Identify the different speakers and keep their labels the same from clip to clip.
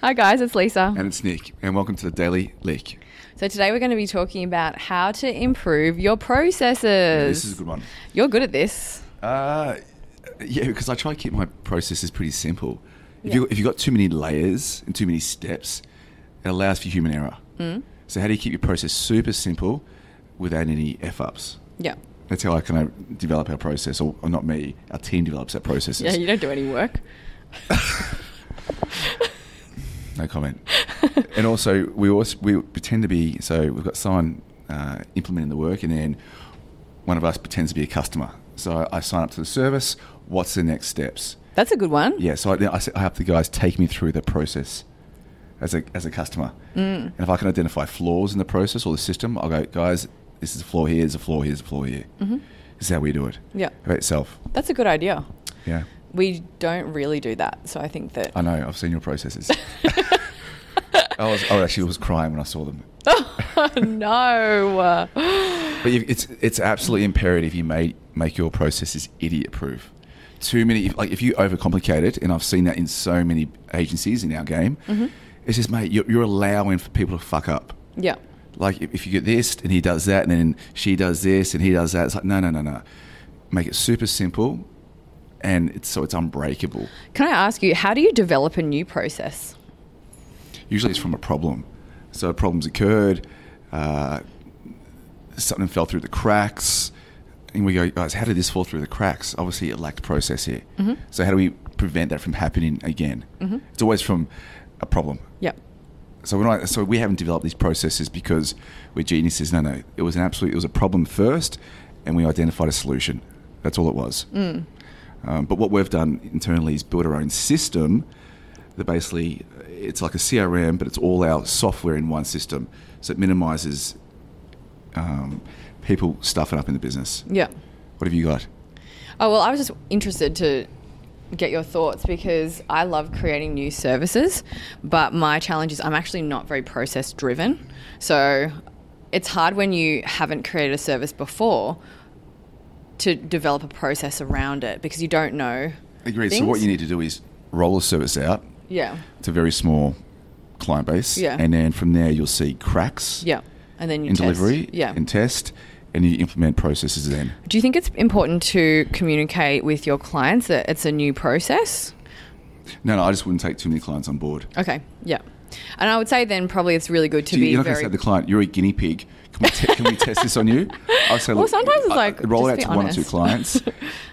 Speaker 1: Hi guys, it's Lisa.
Speaker 2: And it's Nick, and welcome to the Daily Leak.
Speaker 1: So today we're going to be talking about how to improve your processes.
Speaker 2: This is a good one.
Speaker 1: You're good at this.
Speaker 2: Uh, yeah, because I try to keep my processes pretty simple. If, you, if you've got too many layers and too many steps, it allows for human error.
Speaker 1: Mm.
Speaker 2: So, how do you keep your process super simple without any F ups?
Speaker 1: Yeah.
Speaker 2: That's how I kind of develop our process, or, or not me, our team develops our processes.
Speaker 1: Yeah, you don't do any work.
Speaker 2: No comment. and also, we also we pretend to be so we've got someone uh, implementing the work, and then one of us pretends to be a customer. So I, I sign up to the service. What's the next steps?
Speaker 1: That's a good one.
Speaker 2: Yeah. So I, then I, s- I have the guys take me through the process as a as a customer, mm. and if I can identify flaws in the process or the system, I'll go, guys, this is a flaw here, there's a flaw here, there's a flaw here. Mm-hmm. This is how we do it.
Speaker 1: Yeah.
Speaker 2: About itself.
Speaker 1: That's a good idea.
Speaker 2: Yeah.
Speaker 1: We don't really do that, so I think that
Speaker 2: I know. I've seen your processes. I was, I actually was crying when I saw them.
Speaker 1: no.
Speaker 2: But you, it's it's absolutely imperative you make make your processes idiot proof. Too many if, like if you overcomplicate it, and I've seen that in so many agencies in our game. It's just mate, you're, you're allowing for people to fuck up.
Speaker 1: Yeah.
Speaker 2: Like if, if you get this and he does that, and then she does this and he does that, it's like no no no no. Make it super simple, and it's, so it's unbreakable.
Speaker 1: Can I ask you, how do you develop a new process?
Speaker 2: Usually it's from a problem. So problems occurred, uh, something fell through the cracks, and we go, guys, how did this fall through the cracks? Obviously, it lacked process here. So how do we prevent that from happening again? It's always from a problem.
Speaker 1: Yeah.
Speaker 2: So we're not, so we haven't developed these processes because we're geniuses. No, no, it was an absolute. It was a problem first, and we identified a solution. That's all it was.
Speaker 1: Mm.
Speaker 2: Um, but what we've done internally is build our own system that basically it's like a CRM, but it's all our software in one system. So it minimises um, people stuffing up in the business.
Speaker 1: Yeah.
Speaker 2: What have you got?
Speaker 1: Oh, well, I was just interested to get your thoughts because I love creating new services, but my challenge is I'm actually not very process driven. So it's hard when you haven't created a service before to develop a process around it because you don't know.
Speaker 2: Agreed. So what
Speaker 1: Things?
Speaker 2: you need to do is roll a service out
Speaker 1: Yeah.
Speaker 2: to a very small client base,
Speaker 1: Yeah.
Speaker 2: and then from there you'll see cracks.
Speaker 1: Yeah. And then you
Speaker 2: in
Speaker 1: test.
Speaker 2: delivery
Speaker 1: Yeah.
Speaker 2: and test and you implement processes then
Speaker 1: Do you think it's important to communicate with your clients that it's a new process?
Speaker 2: no no i just wouldn't take too many clients on board
Speaker 1: Okay. Yeah. And I would say then probably it's really good to
Speaker 2: Do you-
Speaker 1: be
Speaker 2: you're not going to
Speaker 1: very
Speaker 2: say to the client you're a guinea pig can we, te- can we test this on you i'll say
Speaker 1: Well,
Speaker 2: look,
Speaker 1: sometimes it's
Speaker 2: I-
Speaker 1: like,
Speaker 2: roll
Speaker 1: just
Speaker 2: out
Speaker 1: be
Speaker 2: to one or two
Speaker 1: honest.
Speaker 2: clients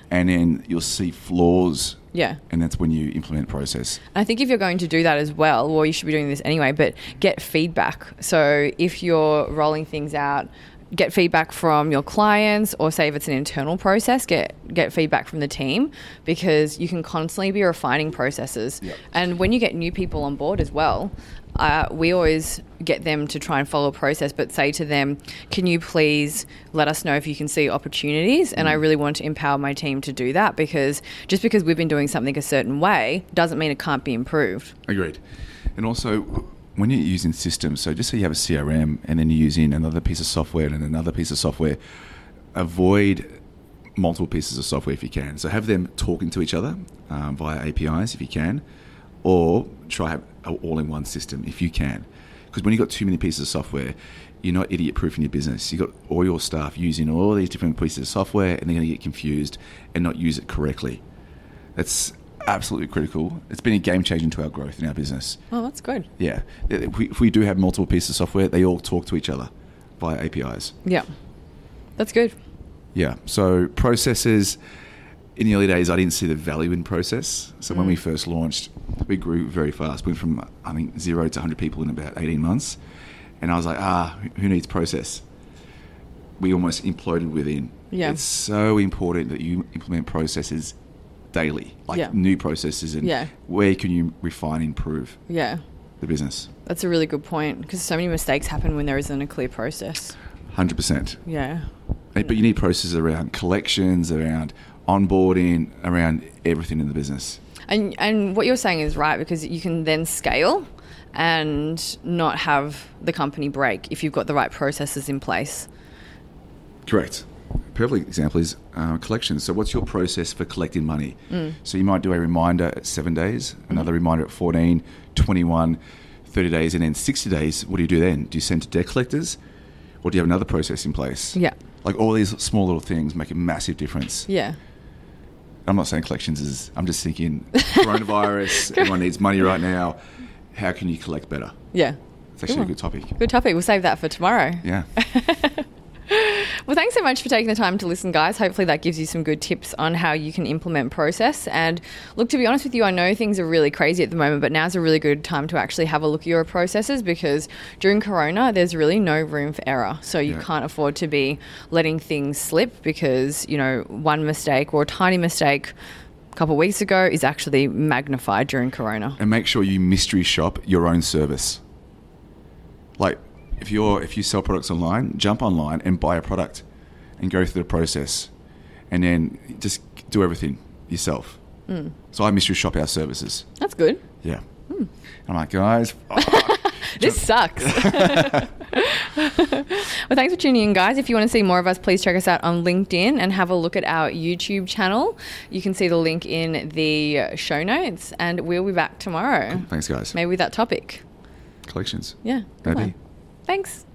Speaker 2: and then you'll see flaws
Speaker 1: Yeah.
Speaker 2: and that's when you implement process
Speaker 1: I think if you're going to do that as well, well, you should be doing this anyway, but get feedback. So if you're rolling things out, get feedback from your clients or say if it's an internal process, get get feedback from the team because you can constantly be refining processes.
Speaker 2: Yep.
Speaker 1: And when you get new people on board as well, uh, we always get them to try and follow a process, but say to them, "Can you please let us know if you can see opportunities?" And I really want to empower my team to do that because just because we've been doing something a certain way doesn't mean it can't be improved.
Speaker 2: Agreed. And also, when you're using systems, so just say you have a CRM and then you're using another piece of software and another piece of software, avoid multiple pieces of software if you can. So have them talking to each other um, via APIs if you can, or try a all in one system if you can. Because when you've got too many pieces of software, you're not idiot proof in your business. You've got all your staff using all these different pieces of software and they're going to get confused and not use it correctly. That's absolutely critical. It's been a game changer to our growth in our business.
Speaker 1: Oh, that's good.
Speaker 2: Yeah. If we, if we do have multiple pieces of software, they all talk to each other via APIs.
Speaker 1: Yeah, that's good.
Speaker 2: Yeah. So processes in the early days, I didn't see the value in process. So when we
Speaker 1: Mm.
Speaker 2: first launched, we grew very fast. We went from I think zero to 100 people in about 18 months, and I was like, ah, who needs process? We almost imploded within.
Speaker 1: Yeah.
Speaker 2: It's so important that you implement processes daily, like
Speaker 1: Yeah.
Speaker 2: new processes, and
Speaker 1: Yeah.
Speaker 2: where can you refine, improve
Speaker 1: Yeah,
Speaker 2: the business?
Speaker 1: that's a really good point because so many mistakes happen when there isn't a clear process.
Speaker 2: 100%.
Speaker 1: Yeah.
Speaker 2: Hey, But you need processes around collections, around onboarding, around everything in the business.
Speaker 1: And and what you're saying is right because you can then scale and not have the company break if you've got the right processes in place.
Speaker 2: Correct. perfect example is uh, collections. So, what's your process for collecting money?
Speaker 1: Mm.
Speaker 2: So, you might do a reminder at seven days,
Speaker 1: Mm-hmm.
Speaker 2: another reminder at 14, 21, 30 days, and then 60 days. What do you do then? Do you send to debt collectors or do you have another process in place?
Speaker 1: Yeah.
Speaker 2: Like all these small little things make a massive difference.
Speaker 1: Yeah.
Speaker 2: I'm not saying collections is, I'm just thinking coronavirus, everyone needs money right now. How can you collect better?
Speaker 1: Yeah.
Speaker 2: It's actually a good topic.
Speaker 1: Good topic. We'll save that for tomorrow.
Speaker 2: Yeah.
Speaker 1: Well, thanks so much for taking the time to listen, guys. Hopefully, that gives you some good tips on how you can implement process. And look, to be honest with you, I know things are really crazy at the moment, but now's a really good time to actually have a look at your processes because during Corona, there's really no room for error. So you
Speaker 2: Yeah.
Speaker 1: can't afford to be letting things slip because, you know, one mistake or a tiny mistake a couple of weeks ago is actually magnified during Corona.
Speaker 2: and make sure you mystery shop your own service. Like if you're if you sell products online, jump online and buy a product and go through the process and then just do everything yourself. So I mystery shop our services.
Speaker 1: That's good.
Speaker 2: Yeah. I'm like, guys, fuck.
Speaker 1: This sucks. well, thanks for tuning in, guys. If you want to see more of us, please check us out on LinkedIn and have a look at our YouTube channel. You can see the link in the show notes, and we'll be back tomorrow.
Speaker 2: thanks guys.
Speaker 1: Maybe with that topic.
Speaker 2: Collections.
Speaker 1: Yeah. good
Speaker 2: Maybe.
Speaker 1: one. Thanks.